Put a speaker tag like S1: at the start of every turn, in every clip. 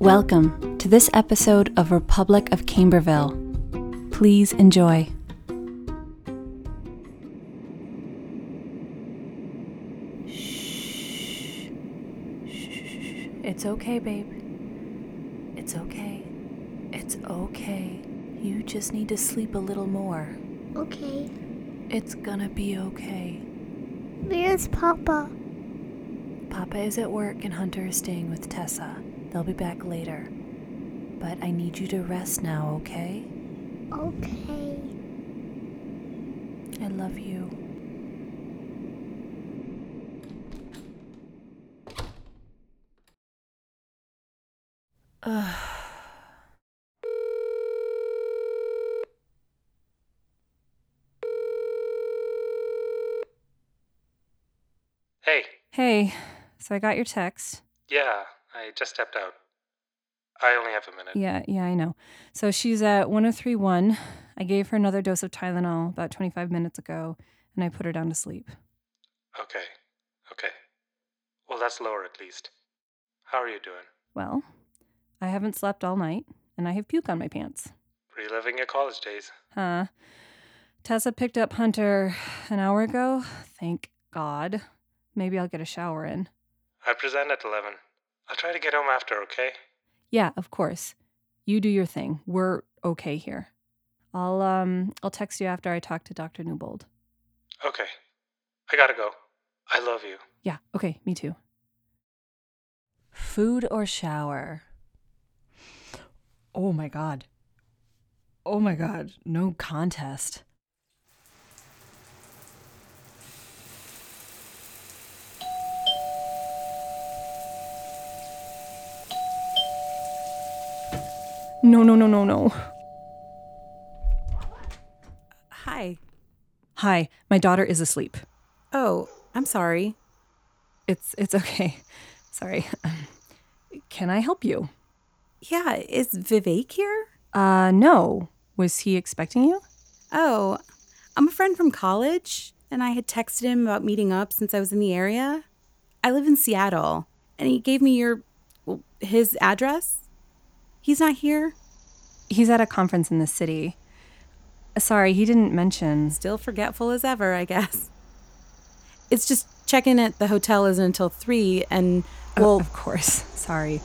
S1: Welcome to this episode of Republic of Camberville. Please enjoy.
S2: It's okay, babe. It's okay. It's okay. You just need to sleep a little more.
S3: Okay,
S2: It's gonna be okay.
S3: where's Papa?
S2: Papa is at work and Hunter is staying with Tessa. They'll be back later. But I need you to rest now, okay?
S3: Okay.
S2: I love you.
S4: Hey,
S1: Hey, so I got your text.
S4: yeah, I just stepped out. I only have a minute.
S1: Yeah, yeah, I know. So she's at 1031. I gave her another dose of Tylenol about 25 minutes ago, and I put her down to sleep.
S4: Okay, okay. Well, that's lower at least. How are you doing?
S1: Well, I haven't slept all night, and I have puke on my pants.
S4: Reliving your college days.
S1: Huh. Tessa picked up Hunter an hour ago. Thank God. Maybe I'll get a shower in.
S4: I present at 11. I'll try to get home after, okay?
S1: Yeah, of course. You do your thing. We're okay here. I'll um I'll text you after I talk to Dr. Newbold.
S4: Okay. I gotta go. I love you.
S1: Yeah, okay, me too.
S2: Food or shower?
S1: Oh my god. Oh my god, no contest. No, no, no, no, no.
S5: Hi.
S1: Hi, my daughter is asleep.
S5: Oh, I'm sorry.
S1: It's it's okay. Sorry. Can I help you?
S5: Yeah, is Vivek here?
S1: Uh no. Was he expecting you?
S5: Oh, I'm a friend from college, and I had texted him about meeting up since I was in the area. I live in Seattle, and he gave me your well, his address. He's not here.
S1: He's at a conference in the city. Uh, Sorry, he didn't mention.
S5: Still forgetful as ever, I guess. It's just check-in at the hotel isn't until 3 and
S1: Well,
S5: well,
S1: Oh, of course. Sorry.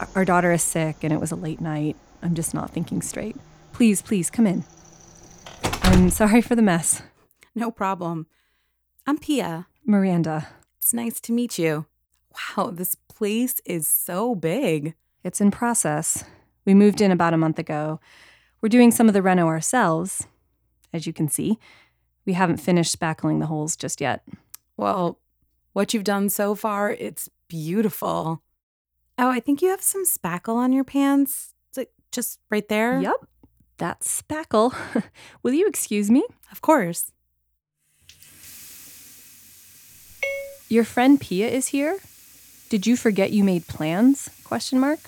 S1: Our- Our daughter is sick and it was a late night. I'm just not thinking straight. Please, please come in. I'm sorry for the mess.
S5: no problem. I'm Pia.
S1: Miranda,
S5: It's nice to meet you. Wow, this place is so big.
S1: it's in process. We moved in about a month ago. We're doing some of the reno ourselves, as you can see. We haven't finished spackling the holes just yet.
S5: Well, what you've done so far, it's beautiful. Oh, I think you have some spackle on your pants. It's like just right there.
S1: Yep, that's spackle. Will you excuse me?
S5: Of course.
S1: Your friend Pia is here? Did you forget you made plans? Question mark.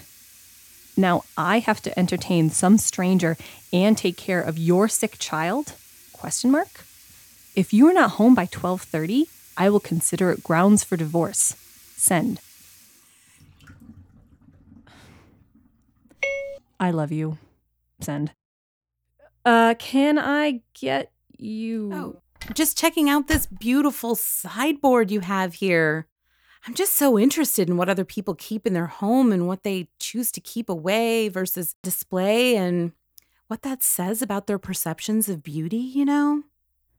S1: Now I have to entertain some stranger and take care of your sick child? Question mark. If you are not home by 12:30, I will consider it grounds for divorce. Send. I love you. Send. Uh can I get you
S5: Oh, just checking out this beautiful sideboard you have here. I'm just so interested in what other people keep in their home and what they choose to keep away versus display and what that says about their perceptions of beauty, you know?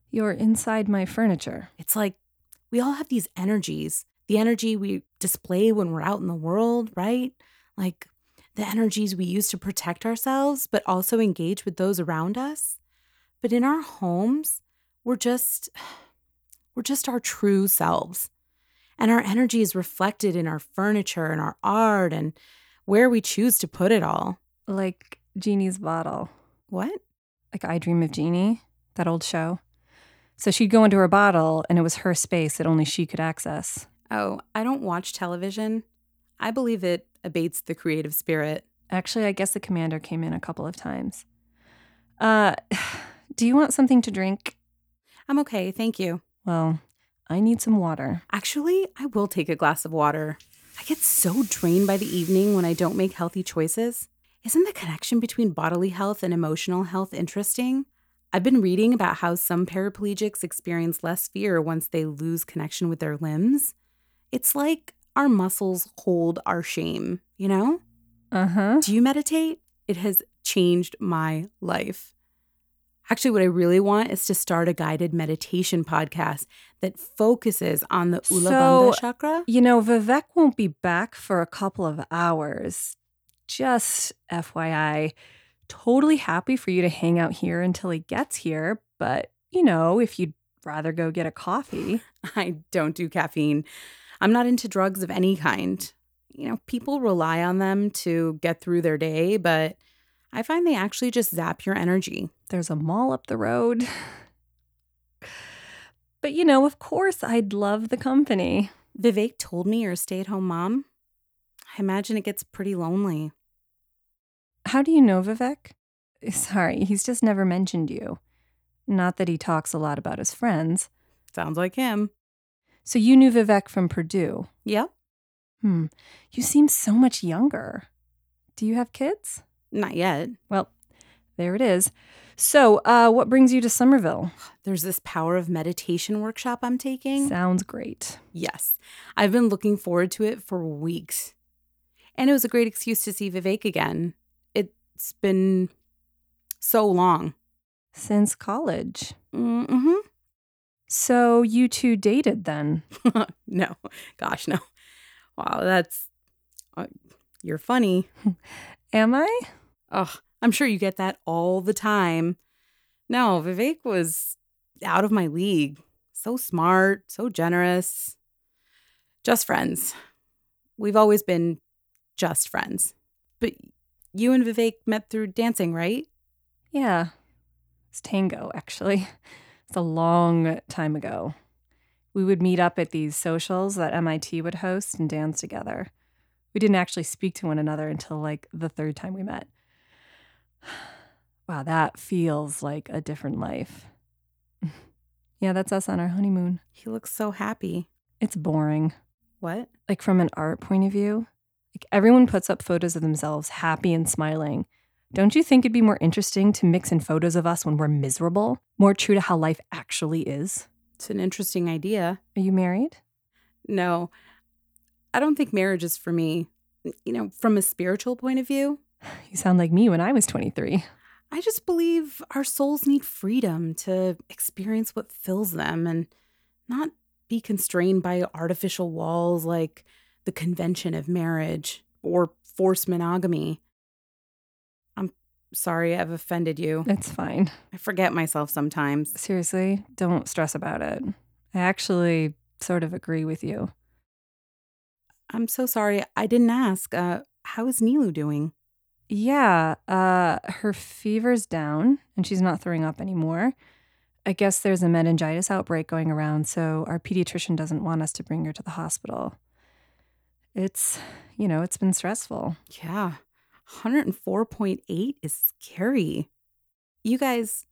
S1: You're inside my furniture.
S5: It's like we all have these energies. The energy we display when we're out in the world, right? Like the energies we use to protect ourselves, but also engage with those around us. But in our homes, we're just we're just our true selves. And our energy is reflected in our furniture and our art and where we choose to put it all.
S1: Like Jeannie's bottle.
S5: What?
S1: like I Dream of Jeannie, that old show. So she'd go into her bottle and it was her space that only she could access.
S5: Oh, I don't watch television. I believe it abates the creative spirit.
S1: Actually, I guess the commander came in a couple of times. Uh, do you want something to drink?
S5: I'm okay, thank you.
S1: Well, I need some water.
S5: Actually, I will take a glass of water. I I get so drained by the evening when I don't make healthy choices. Isn't the connection between bodily health and emotional health interesting? I've been reading about how some paraplegics experience less fear once they lose connection with their limbs. It's like our muscles hold our shame, you know?
S1: Uh huh.
S5: Do you meditate? It has changed my life. Actually, what I really want is to start a guided meditation podcast that focuses on the
S1: So-
S5: Ulabanda chakra.
S1: You know, Vivek won't be back for a couple of hours. Just FYI, totally happy for you to hang out here until he gets here, but you know, if you'd rather go get a coffee.
S5: I don't do caffeine. I'm not into drugs of any kind. You know, people rely on them to get through their day, but I find they actually just zap your energy.
S1: There's a mall up the road. But you know, of course, I'd love the company.
S5: Vivek told me you're a stay at home mom. I imagine it gets pretty lonely.
S1: How do you know Vivek? Eh, Sorry, he's just never mentioned you. Not that he talks a lot about his friends.
S5: Sounds like him.
S1: So you knew Vivek from Purdue.
S5: Yep.
S1: Hmm. You seem so much younger. Do you have kids?
S5: Not yet.
S1: Well, there it is. So, uh, what brings you to Somerville?
S5: There's this power of meditation workshop I'm taking.
S1: Sounds great.
S5: Yes. I've been looking forward to it for weeks. And it was a great excuse to see Vivek again. It's been so long.
S1: Since college.
S5: Mm-hmm.
S1: So, you two dated then?
S5: no, gosh, no. Wow, that's. Uh, you're funny.
S1: Am I?
S5: Oh, I'm sure you get that all the time. No, Vivek was out of my league. So smart, so generous. Just friends. We've always been just friends. But you and Vivek met through dancing, right?
S1: Yeah. It's tango, actually. It's a long time ago. We would meet up at these socials that MIT would host and dance together. We didn't actually speak to one another until like the third time we met. Wow, that feels like a different life. yeah, that's us on our honeymoon.
S5: He looks so happy.
S1: It's boring.
S5: What?
S1: Like, from an art point of view, like everyone puts up photos of themselves happy and smiling. Don't you think it'd be more interesting to mix in photos of us when we're miserable? More true to how life actually is?
S5: It's an interesting idea.
S1: Are you married?
S5: No, I don't think marriage is for me. You know, from a spiritual point of view,
S1: You sound like me when I was 23.
S5: I just believe our souls need freedom to experience what fills them and not be constrained by artificial walls like the convention of marriage or forced monogamy. I'm sorry I've offended you.
S1: It's fine.
S5: I forget myself sometimes.
S1: Seriously, don't stress about it. I actually sort of agree with you.
S5: I'm so sorry I didn't ask. Uh, how is Nilu doing?
S1: Yeah, uh, her fever's down and she's not throwing up anymore. I guess there's a meningitis outbreak going around, so our pediatrician doesn't want us to bring her to the hospital. It's, you know, it's been stressful.
S5: Yeah, 104.8 is scary. You guys,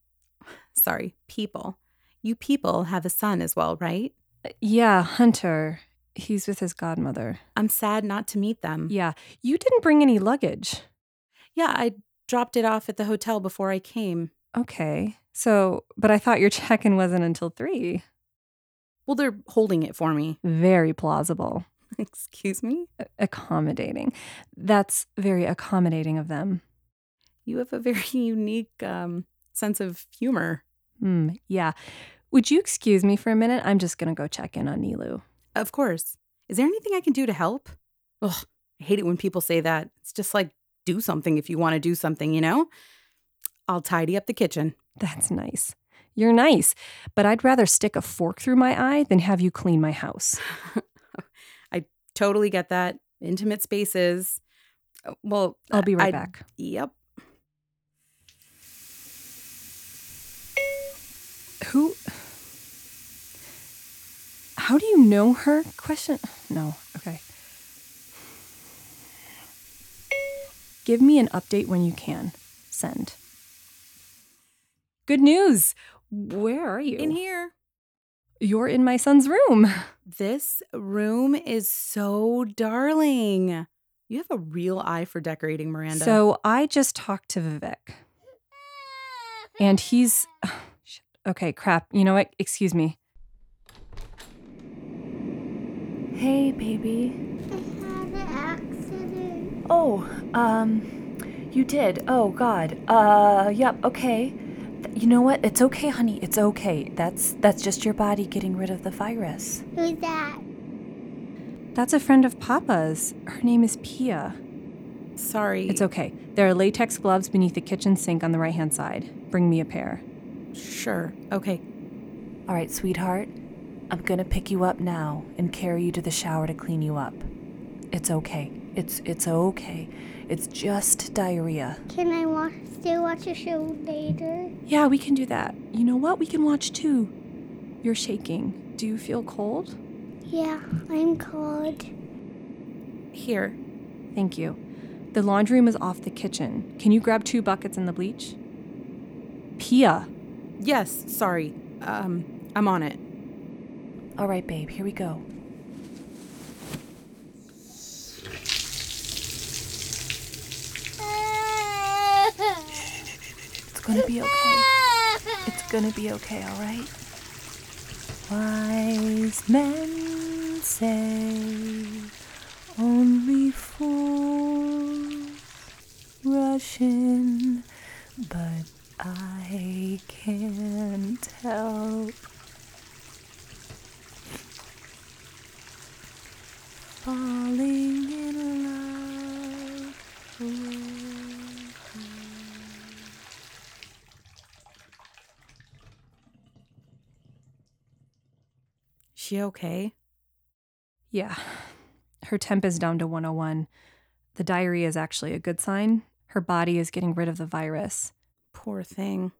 S5: sorry, people, you people have a son as well, right?
S1: Yeah, Hunter, he's with his godmother.
S5: I'm sad not to meet them.
S1: Yeah, you didn't bring any luggage.
S5: Yeah, I dropped it off at the hotel before I came.
S1: Okay. So, but I thought your check in wasn't until three.
S5: Well, they're holding it for me.
S1: Very plausible.
S5: Excuse me?
S1: Accommodating. That's very accommodating of them.
S5: You have a very unique um, sense of humor.
S1: Hmm. yeah. Would you excuse me for a minute? I'm just going to go check in on Nilu.
S5: Of course. Is there anything I can do to help? Ugh, I hate it when people say that. It's just like, do something if you want to do something, you know? I'll tidy up the kitchen.
S1: That's nice. You're nice, but I'd rather stick a fork through my eye than have you clean my house.
S5: I totally get that. Intimate spaces. Uh, Well,
S1: I'll be right
S5: I-
S1: back.
S5: Yep.
S1: Who? How do you know her? Question. No. Okay. Give me an update when you can. Send. Good news. Where are you?
S5: In here.
S1: You're in my son's room.
S5: This room is so darling. You have a real eye for decorating, Miranda.
S1: So I just talked to Vivek. And he's. shit. Okay, crap. You know what? Excuse me.
S2: Hey, baby.
S3: I had an accident.
S2: Oh, um, you did. Oh, God. Uh, yep. Okay. Th- You know what? It's okay, honey. It's okay. That's that's just your body getting rid of the virus.
S3: Who's that?
S1: That's a friend of Papa's. Her name is Pia.
S5: sorry.
S1: It's okay. There are latex gloves beneath the kitchen sink on the right hand side. Bring me a pair.
S5: Sure. Okay.
S2: All right, sweetheart. I'm gonna pick you up now and carry you to the shower to clean you up. It's okay. It's it's okay. It's just diarrhea.
S3: Can I watch, still watch a show later?
S1: Yeah, we can do that. You know what? We can watch too. You're shaking. Do you feel cold?
S3: Yeah, I'm cold.
S5: Here.
S1: Thank you. The laundry room is off the kitchen. Can you grab two buckets and the bleach? Pia.
S5: Yes, sorry. Um, I'm on it.
S2: All right, babe. Here we go. It's gonna be okay. It's gonna be okay, all right? Wise men say only fools rush in, but I can't help. Falling in love with
S5: She okay?
S1: Yeah. Her temp is down to 101. The diarrhea is actually a good sign. Her body is getting rid of the virus.
S5: Poor thing.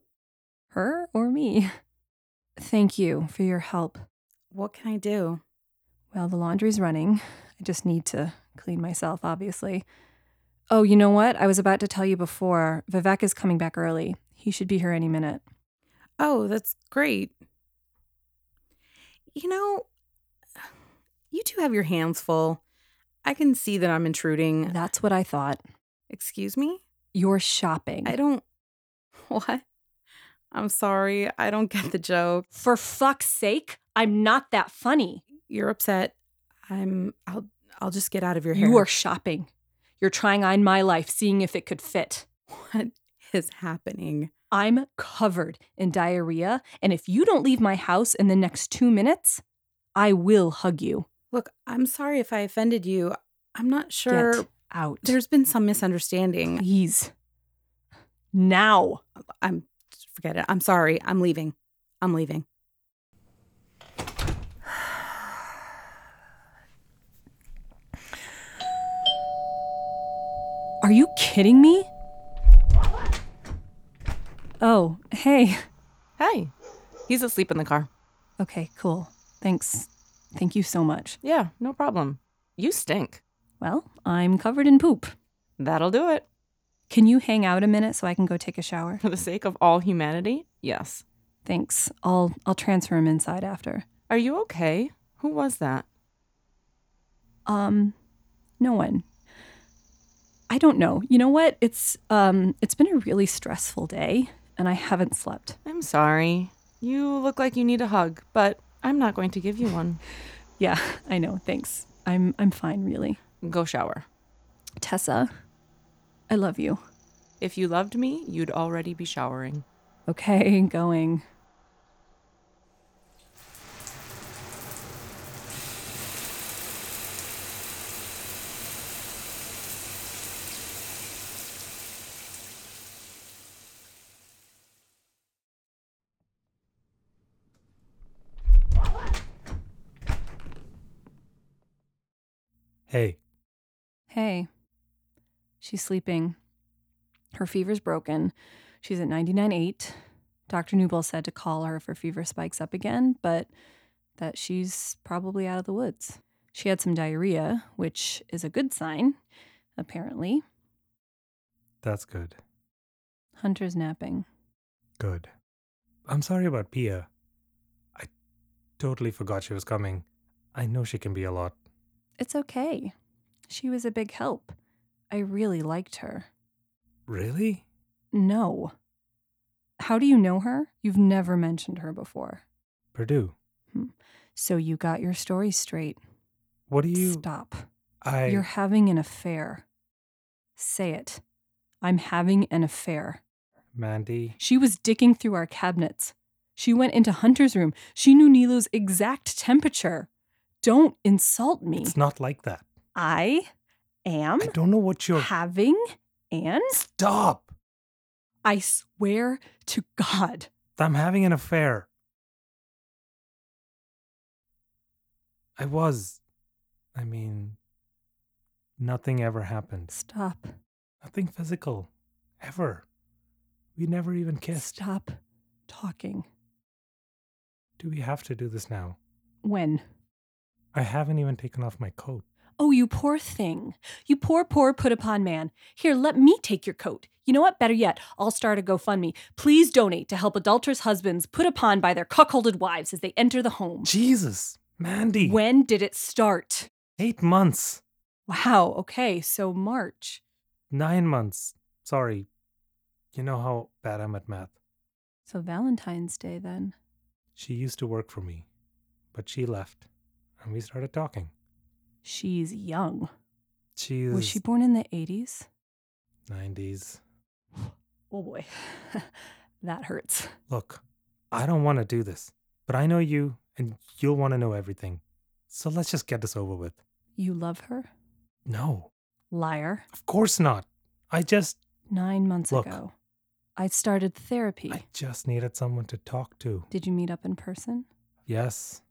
S1: Her or me? Thank you for your help.
S5: What can I do?
S1: Well, the laundry's running. I just need to clean myself, obviously. Oh, you know what? I was about to tell you before. Vivek is coming back early. He should be here any minute.
S5: Oh, that's great. You know, you two have your hands full. I can see that I'm intruding.
S1: That's what I thought.
S5: Excuse me?
S1: You're shopping.
S5: I don't. What? I'm sorry. I don't
S1: Mm.
S5: get the joke.
S1: For fuck's sake, I'm not that funny.
S5: You're upset. I'm. I'll. I'll just get out of your hair.
S1: You are shopping. You're trying on my life, seeing if it could fit.
S5: What is happening?
S1: I'm covered in diarrhea, and if you don't leave my house in the next two minutes, I will hug you.
S5: Look, I'm sorry if I offended you. I'm not sure.
S1: Get out.
S5: There's been some misunderstanding.
S1: Please. Now.
S5: I'm forget it. I'm sorry. I'm leaving. I'm leaving.
S1: Are you kidding me? Oh, hey.
S6: Hey, he's asleep in the car.
S1: Okay, cool. Thanks. Thank you so much.
S6: Yeah, no problem. You stink.
S1: Well, I'm covered in poop.
S6: That'll do it.
S1: Can you hang out a minute so I can go take a shower?
S6: For the sake of all humanity, yes.
S1: Thanks. I'll I'll transfer him inside after.
S6: Are you okay? Who was that?
S1: Um no one. I don't know. You know what? It's um it's been a really stressful day and I haven't slept.
S6: I'm sorry. You look like you need a hug, but I'm not going to give you one.
S1: Yeah, I know. Thanks. I'm I'm fine really.
S6: Go shower.
S1: Tessa, I love you.
S6: If you loved me, you'd already be showering.
S1: Okay, going.
S4: Hey,
S1: Hey. She's sleeping. Her fever's broken. She's at 99.8. Dr. Newble said to call her if her fever spikes up again, but that she's probably out of the woods. She had some diarrhea, which is a good sign, apparently.
S4: that's good.
S1: Hunter's napping.
S4: Good. I'm sorry about Pia. I Totally forgot she was coming. I know she can be a lot.
S1: It's okay. She was a big help. I really liked her.
S4: Really?
S1: No. How do you know her? You've never mentioned her before.
S4: Purdue,
S1: So you got your story straight.
S4: what do you.
S1: Stop.
S4: I.
S1: You're having an affair. Say it. I'm having an affair.
S4: Mandy.
S1: She was dicking through our cabinets. She went into Hunter's room. She knew Nilu's exact temperature. Don't insult me.
S4: It's not like that.
S1: I am
S4: I don't know what you're.
S1: having an.
S4: Stop!
S1: I swear to God.
S4: I'm having an affair. I was. I mean, nothing ever happened.
S1: Stop.
S4: Nothing physical. Ever. We never even kissed.
S1: Stop talking.
S4: Do we have to do this now?
S1: When?
S4: I haven't even taken off my coat.
S1: Oh, you poor thing. You poor, poor put upon man. Here, let me take your coat. You know what? Better yet, I'll start a GoFundMe. Please donate to help adulterous husbands put upon by their cuckolded wives as they enter the home.
S4: Jesus! Mandy!
S1: When did it start?
S4: Eight months.
S1: Wow, okay, so March.
S4: Nine months. Sorry. You know how bad I'm at math.
S1: So Valentine's Day then.
S4: She used to work for me, but she left, and we started talking.
S1: She's young.
S4: She
S1: Was
S4: is
S1: she born in the 80s?
S4: 90s.
S1: Oh boy, that hurts.
S4: Look, I don't want to do this, but I know you, and you'll want to know everything. So let's just get this over with.
S1: You love her?
S4: No,
S1: Liar.
S4: of course not. I just,
S1: Nine months
S4: Look.
S1: ago, I started therapy.
S4: I just needed someone to talk to.
S1: Did you meet up in person?
S4: Yes,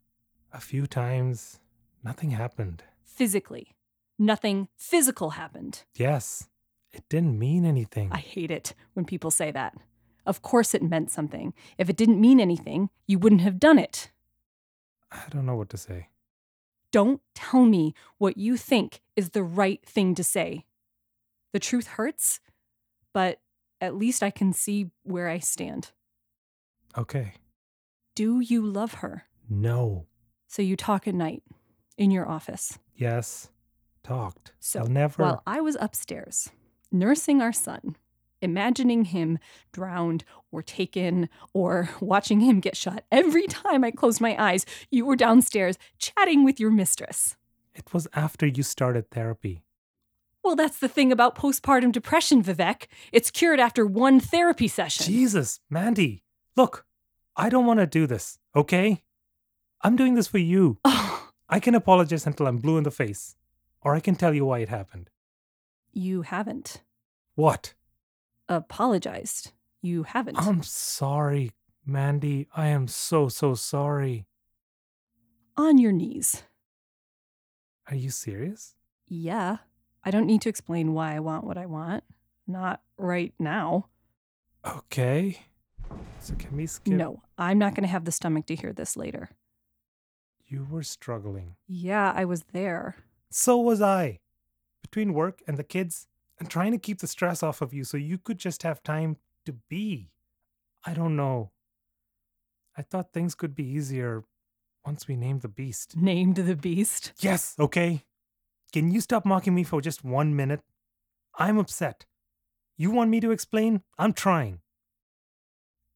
S4: a few times, nothing happened.
S1: Physically. Nothing physical happened.
S4: Yes, it didn't mean anything.
S1: I hate it when people say that. Of course it meant something. If it didn't mean anything, you wouldn't have done it.
S4: I don't know what to say.
S1: Don't tell me what you think is the right thing to say. The truth hurts, but at least I can see where I stand.
S4: Okay.
S1: Do you love her?
S4: No.
S1: So you talk at night in your office.
S4: Yes, talked.
S1: So
S4: I'll never.
S1: while I was upstairs nursing our son, imagining him drowned or taken or watching him get shot, every time I closed my eyes, you were downstairs chatting with your mistress.
S4: It was after you started therapy.
S1: Well, that's the thing about postpartum depression, Vivek. It's cured after one therapy session.
S4: Jesus, Mandy, look, I don't want to do this, okay? I'm doing this for you.
S1: Oh,
S4: I can apologize until I'm blue in the face, or I can tell you why it happened.
S1: you haven't
S4: What?
S1: apologized. You haven't.
S4: I'm sorry, Mandy. I am so, so sorry.
S1: On your knees.
S4: Are you serious?
S1: Yeah. I don't need to explain why I want what I want. Not right now.
S4: Okay. So can we skip?
S1: No, I'm not going to have the stomach to hear this later.
S4: You were struggling.
S1: Yeah, I was there.
S4: So was I. Between work and the kids, and trying to keep the stress off of you so you could just have time to be. I don't know. I thought things could be easier once we named the beast.
S1: Named the beast.
S4: Yes, okay. Can you stop mocking me for just one minute? I'm upset. You want me to explain? I'm trying.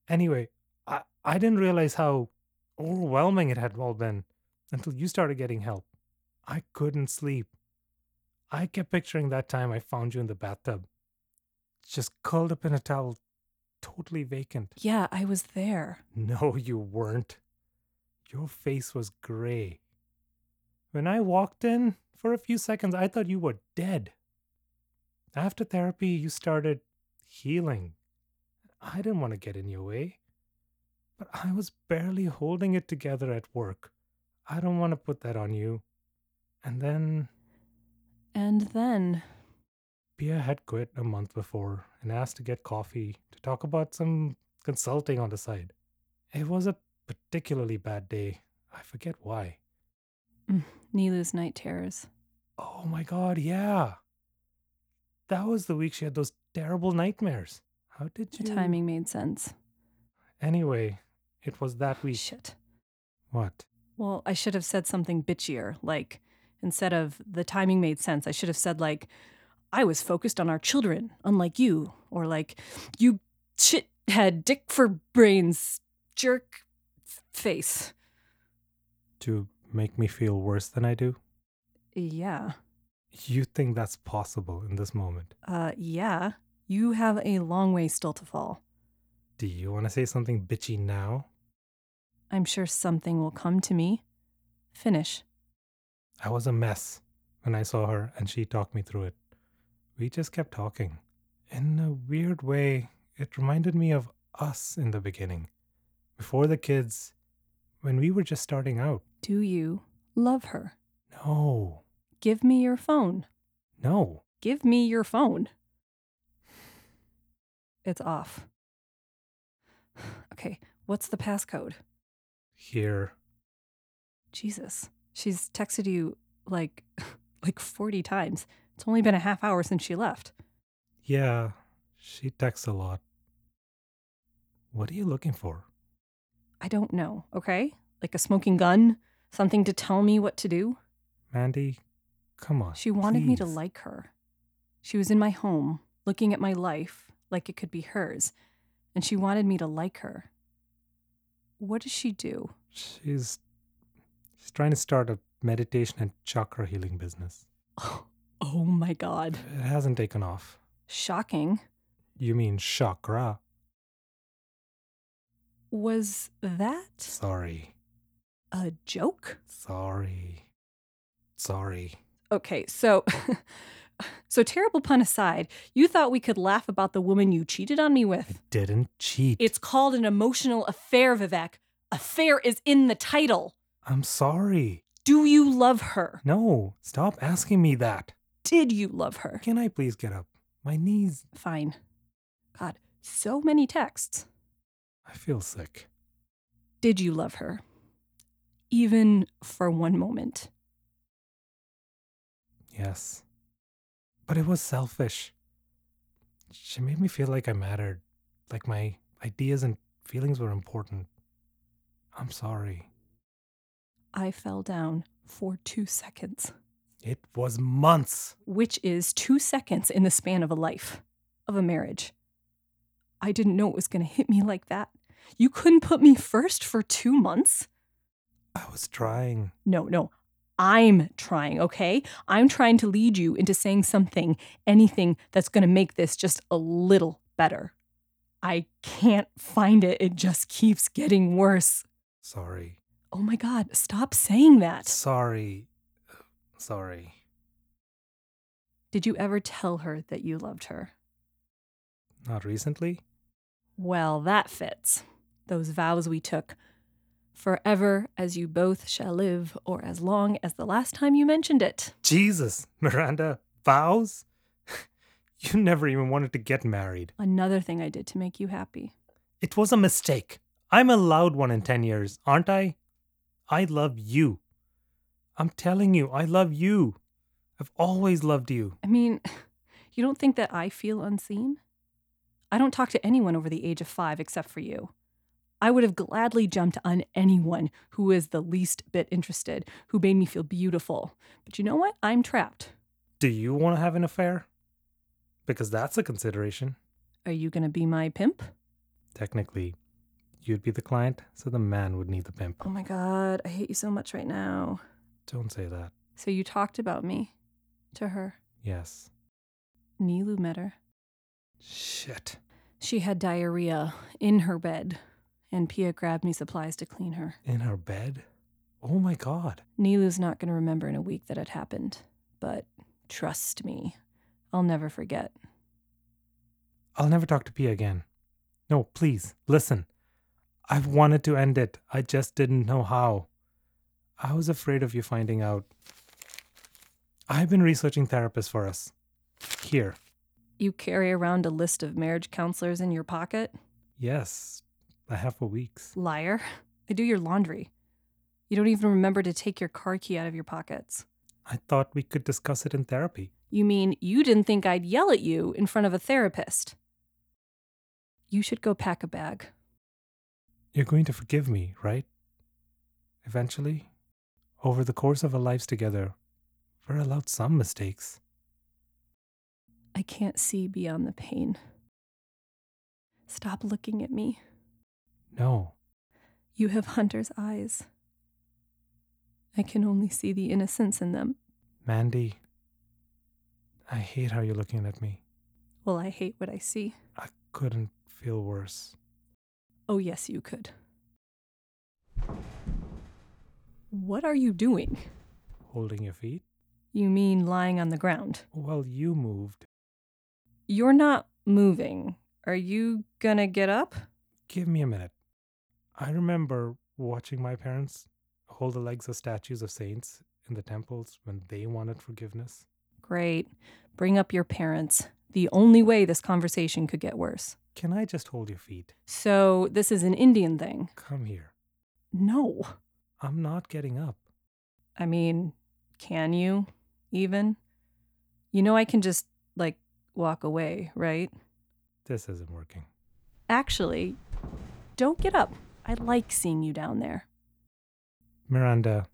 S4: Anyway, I, I didn't realize how overwhelming it had all been until you started getting help. I couldn't sleep. I kept picturing that time I found you in the bathtub, just curled up in a towel, totally vacant.
S1: Yeah, I was there.
S4: No, you weren't. Your face was gray. When I walked in for a few seconds, I thought you were dead. After therapy, you started healing. I didn't want to get in your way, but I was barely holding it together at work. I don't want to put that on you. And then
S1: And then
S4: Pia had quit a month before and asked to get coffee to talk about some consulting on the side. It was a particularly bad day. I forget why.
S1: Nilu's night terrors.
S4: Oh my god, yeah. That was the week she had those terrible nightmares. How did
S1: The
S4: you?
S1: timing made sense.
S4: Anyway, it was that week.
S1: Shit.
S4: What?
S1: Well, I should have said something bitchier, like instead of the timing made sense, I should have said like I was focused on our children, unlike you, or like you shithead dick for brains jerk f- face.
S4: To make me feel worse than I do?
S1: Yeah.
S4: You think that's possible in this moment?
S1: Uh yeah, you have a long way still to fall.
S4: Do you want to say something bitchy now?
S1: I'm sure something will come to me. Finish.
S4: I was a mess when I saw her and she talked me through it. We just kept talking. In a weird way, it reminded me of us in the beginning. Before the kids, when we were just starting out.
S1: Do you love her?
S4: No,
S1: Give me your phone.
S4: no.
S1: Give me your phone. It's off. Okay, what's the passcode?
S4: Here,
S1: Jesus. She's texted you like like 40 times. It's only been a half hour since she left.
S4: yeah, she texts a lot. What are you looking for?
S1: I don't know, okay? Like a smoking gun, something to tell me what to do.
S4: Mandy, come on.
S1: She wanted me to
S4: please.
S1: like her. She was in my home, looking at my life like it could be hers, and she wanted me to like her. What does she do?
S4: She's she's trying to start a meditation and chakra healing business.
S1: Oh, oh my god.
S4: It hasn't taken off.
S1: Shocking.
S4: You mean chakra?
S1: Was that
S4: Sorry.
S1: a joke?
S4: Sorry. Sorry.
S1: Okay, so so terrible pun aside, you thought we could laugh about the woman you cheated on me
S4: I
S1: with.
S4: didn't cheat.
S1: It's called an emotional affair, Vivek. Affair is in the title.
S4: I'm sorry.
S1: Do you love her?
S4: No, stop asking me that.
S1: Did you love her?
S4: Can I please get up? My knees.
S1: Fine. God, so many texts.
S4: I feel sick.
S1: Did you love her? Even for one moment.
S4: Yes. But it was selfish. She made me feel like I mattered, like my ideas and feelings were important. I'm sorry.
S1: I fell down for two seconds,
S4: It was months.
S1: which is two seconds in the span of a life, of a marriage. I didn't know it was going to hit me like that. You couldn't put me first for two months?
S4: I was trying.
S1: No, no. I'm trying, okay? I'm trying to lead you into saying something, anything that's going to make this just a little better. I can't find it. It just keeps getting worse.
S4: Sorry.
S1: Oh my God, stop saying that.
S4: Sorry. Sorry.
S1: Did you ever tell her that you loved her?
S4: Not recently?
S1: Well, that fits. Those vows we took. Forever as you both shall live, or as long as the last time you mentioned it.
S4: Jesus, Miranda, vows? you never even wanted to get married.
S1: Another thing I did to make you happy.
S4: It was a mistake. I'm allowed one in 10 years, aren't I? I love you. I'm telling you, I love you. I've always loved you.
S1: I mean, you don't think that I feel unseen? I don't talk to anyone over the age of five except for you. I would have gladly jumped on anyone who is the least bit interested, who made me feel beautiful. But you know what? I'm trapped.
S4: Do you want to have an affair? Because that's a consideration.
S1: Are you going to be my pimp?
S4: Technically, you'd be the client, so the man would need the pimp.
S1: Oh my God, I hate you so much right now.
S4: Don't say that.
S1: So you talked about me to her.
S4: Yes.
S1: Nilu met her.
S4: Shit.
S1: She had diarrhea in her bed, and Pia grabbed me supplies to clean her.
S4: In her bed? Oh my god.
S1: Nilu's not going to remember in a week that it happened, but trust me, I'll never forget.
S4: I'll never talk to Pia again. No, please, listen. I've wanted to end it. I just didn't know how. I was afraid of you finding out. I've been researching therapists for us. Here.
S1: You carry around a list of marriage counselors in your pocket?
S4: Yes. I have for weeks.
S1: Liar. I do your laundry. You don't even remember to take your car key out of your pockets.
S4: I thought we could discuss it in therapy.
S1: You mean you didn't think I'd yell at you in front of a therapist? You should go pack a bag.
S4: You're going to forgive me, right? eventually, over the course of our lives together, we're allowed some mistakes.
S1: I can't see beyond the pain. Stop looking at me.
S4: No,
S1: You have Hunter's eyes. I can only see the innocence in them.
S4: Mandy, I hate how you're looking at me.
S1: Well, I hate what I see.
S4: I couldn't feel worse.
S1: Oh, yes, you could. What are you doing?
S4: Holding your feet?
S1: You mean lying on the ground?
S4: Well, you moved.
S1: You're not moving. Are you gonna get up?
S4: Give me a minute. I remember watching my parents hold the legs of statues of saints in the temples when they wanted forgiveness.
S1: Great. Bring up your parents. The only way this conversation could get worse.
S4: Can I just hold your feet?
S1: So, this is an Indian thing?
S4: Come here.
S1: No.
S4: I'm not getting up.
S1: I mean, can you even? You know, I can just, like, walk away, right?
S4: This isn't working.
S1: Actually, don't get up. I like seeing you down there.
S4: Miranda,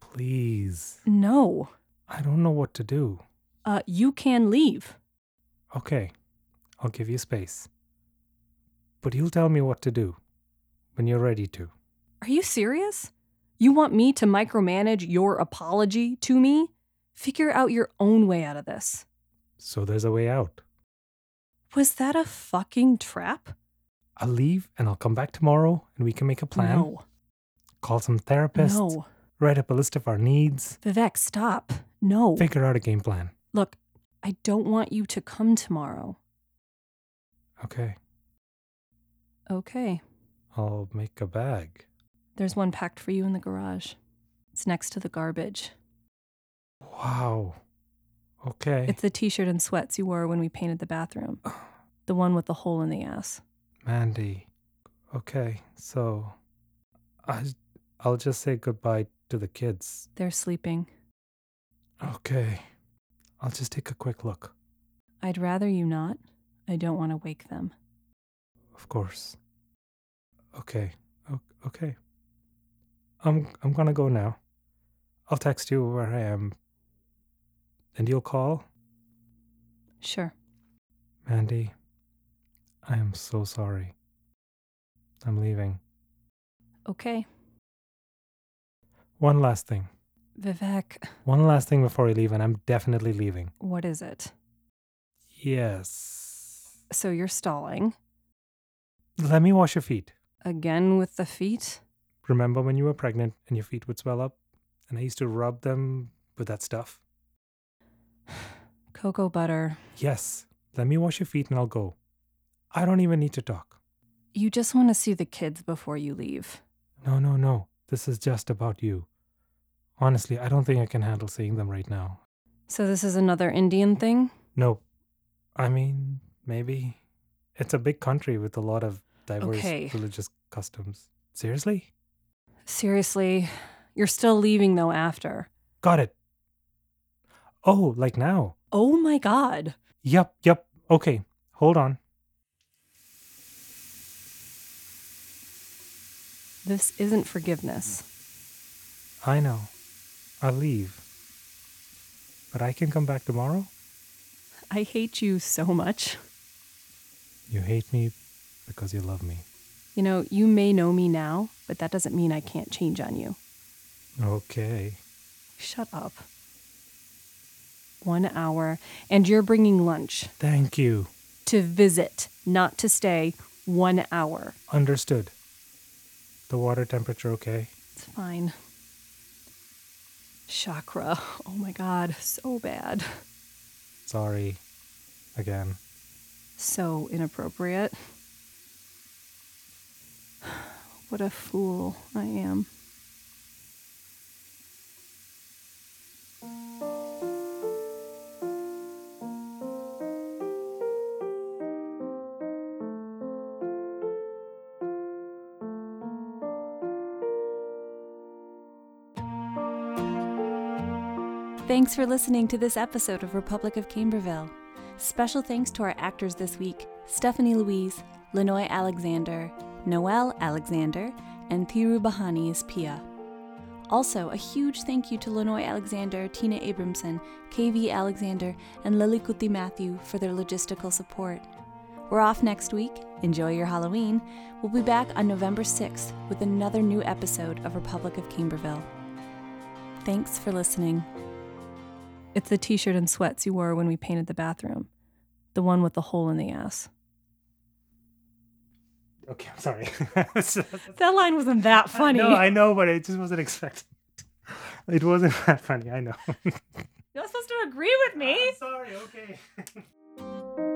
S4: please.
S1: No.
S4: I don't know what to do.
S1: Uh, you can leave.
S4: Okay, I'll give you space. But you'll tell me what to do when you're ready to.
S1: Are you serious? You want me to micromanage your apology to me? Figure out your own way out of this.
S4: So there's a way out.
S1: Was that a fucking trap?
S4: I'll leave and I'll come back tomorrow and we can make a plan.
S1: No.
S4: Call some therapists.
S1: No.
S4: Write up a list of our needs.
S1: Vivek, stop. No.
S4: Figure out a game plan.
S1: Look, I don't want you to come tomorrow.
S4: Okay,
S1: Okay.
S4: I'll make a bag.
S1: There's one packed for you in the garage. It's next to the garbage.
S4: Wow. Okay.
S1: It's the t shirt and sweats you wore when we painted the bathroom. The one with the hole in the ass.
S4: Mandy. Okay, so I I'll just say goodbye to the kids.
S1: They're sleeping.
S4: Okay. I'll just take a quick look.
S1: I'd rather you not. I don't want to wake them.
S4: Of course. Okay. o- Okay. I'm I'm going to go now. I'll text you where I am. And you'll call,
S1: Sure.
S4: Mandy. I am so sorry. I'm leaving.
S1: Okay.
S4: One last thing.
S1: Vivek,
S4: One last thing before I leave and I'm definitely leaving.
S1: what is it?
S4: Yes.
S1: So you're stalling.
S4: Let me wash your feet.
S1: Again with the feet?
S4: Remember when you were pregnant and your feet would swell up? And I used to rub them with that stuff?
S1: Cocoa butter.
S4: Yes. Let me wash your feet and I'll go. I don't even need to talk.
S1: You just want to see the kids before you leave.
S4: No, no, no. This is just about you. Honestly, I don't think I can handle seeing them right now.
S1: So this is another Indian thing?
S4: No. I mean, maybe. It's a big country with a lot of diverse
S1: Okay.
S4: religious customs. Seriously?
S1: Seriously, you're still leaving though after.
S4: Got it. Oh, like now.
S1: Oh my god.
S4: Yep, yep. Okay. Hold on.
S1: This isn't forgiveness.
S4: I know. I'll leave. But I can come back tomorrow?
S1: I hate you so much.
S4: You hate me because you love me.
S1: You know, you may know me now, but that doesn't mean I can't change on you.
S4: Okay.
S1: Shut up. One hour, and you're bringing lunch
S4: Thank you.
S1: to visit, not to stay. One hour.
S4: Understood. The water temperature okay?
S1: It's fine. Chakra. Oh my God, so bad.
S4: Sorry. Again.
S1: So inappropriate. What a fool I am.
S7: Thanks for listening to this episode of Republic of Camberville. Special thanks to our actors this week Stephanie Louise, Lenoy Alexander, Noel Alexander, and Thiru Bahani as Pia. Also, a huge thank you to Lenoy Alexander, Tina Abramson, KV Alexander, and Lily Kuti Matthew for their logistical support. We're off next week. Enjoy your Halloween. We'll be back on November 6th with another new episode of Republic of Camberville. Thanks for listening.
S1: It's the t shirt and sweats you wore when we painted the bathroom, the one with the hole in the ass.
S4: Okay, I'm sorry.
S1: That line wasn't that funny.
S4: No, I know, but I just wasn't expecting it. It wasn't that funny. I know.
S1: You're supposed to agree with me.
S4: sorry. Okay.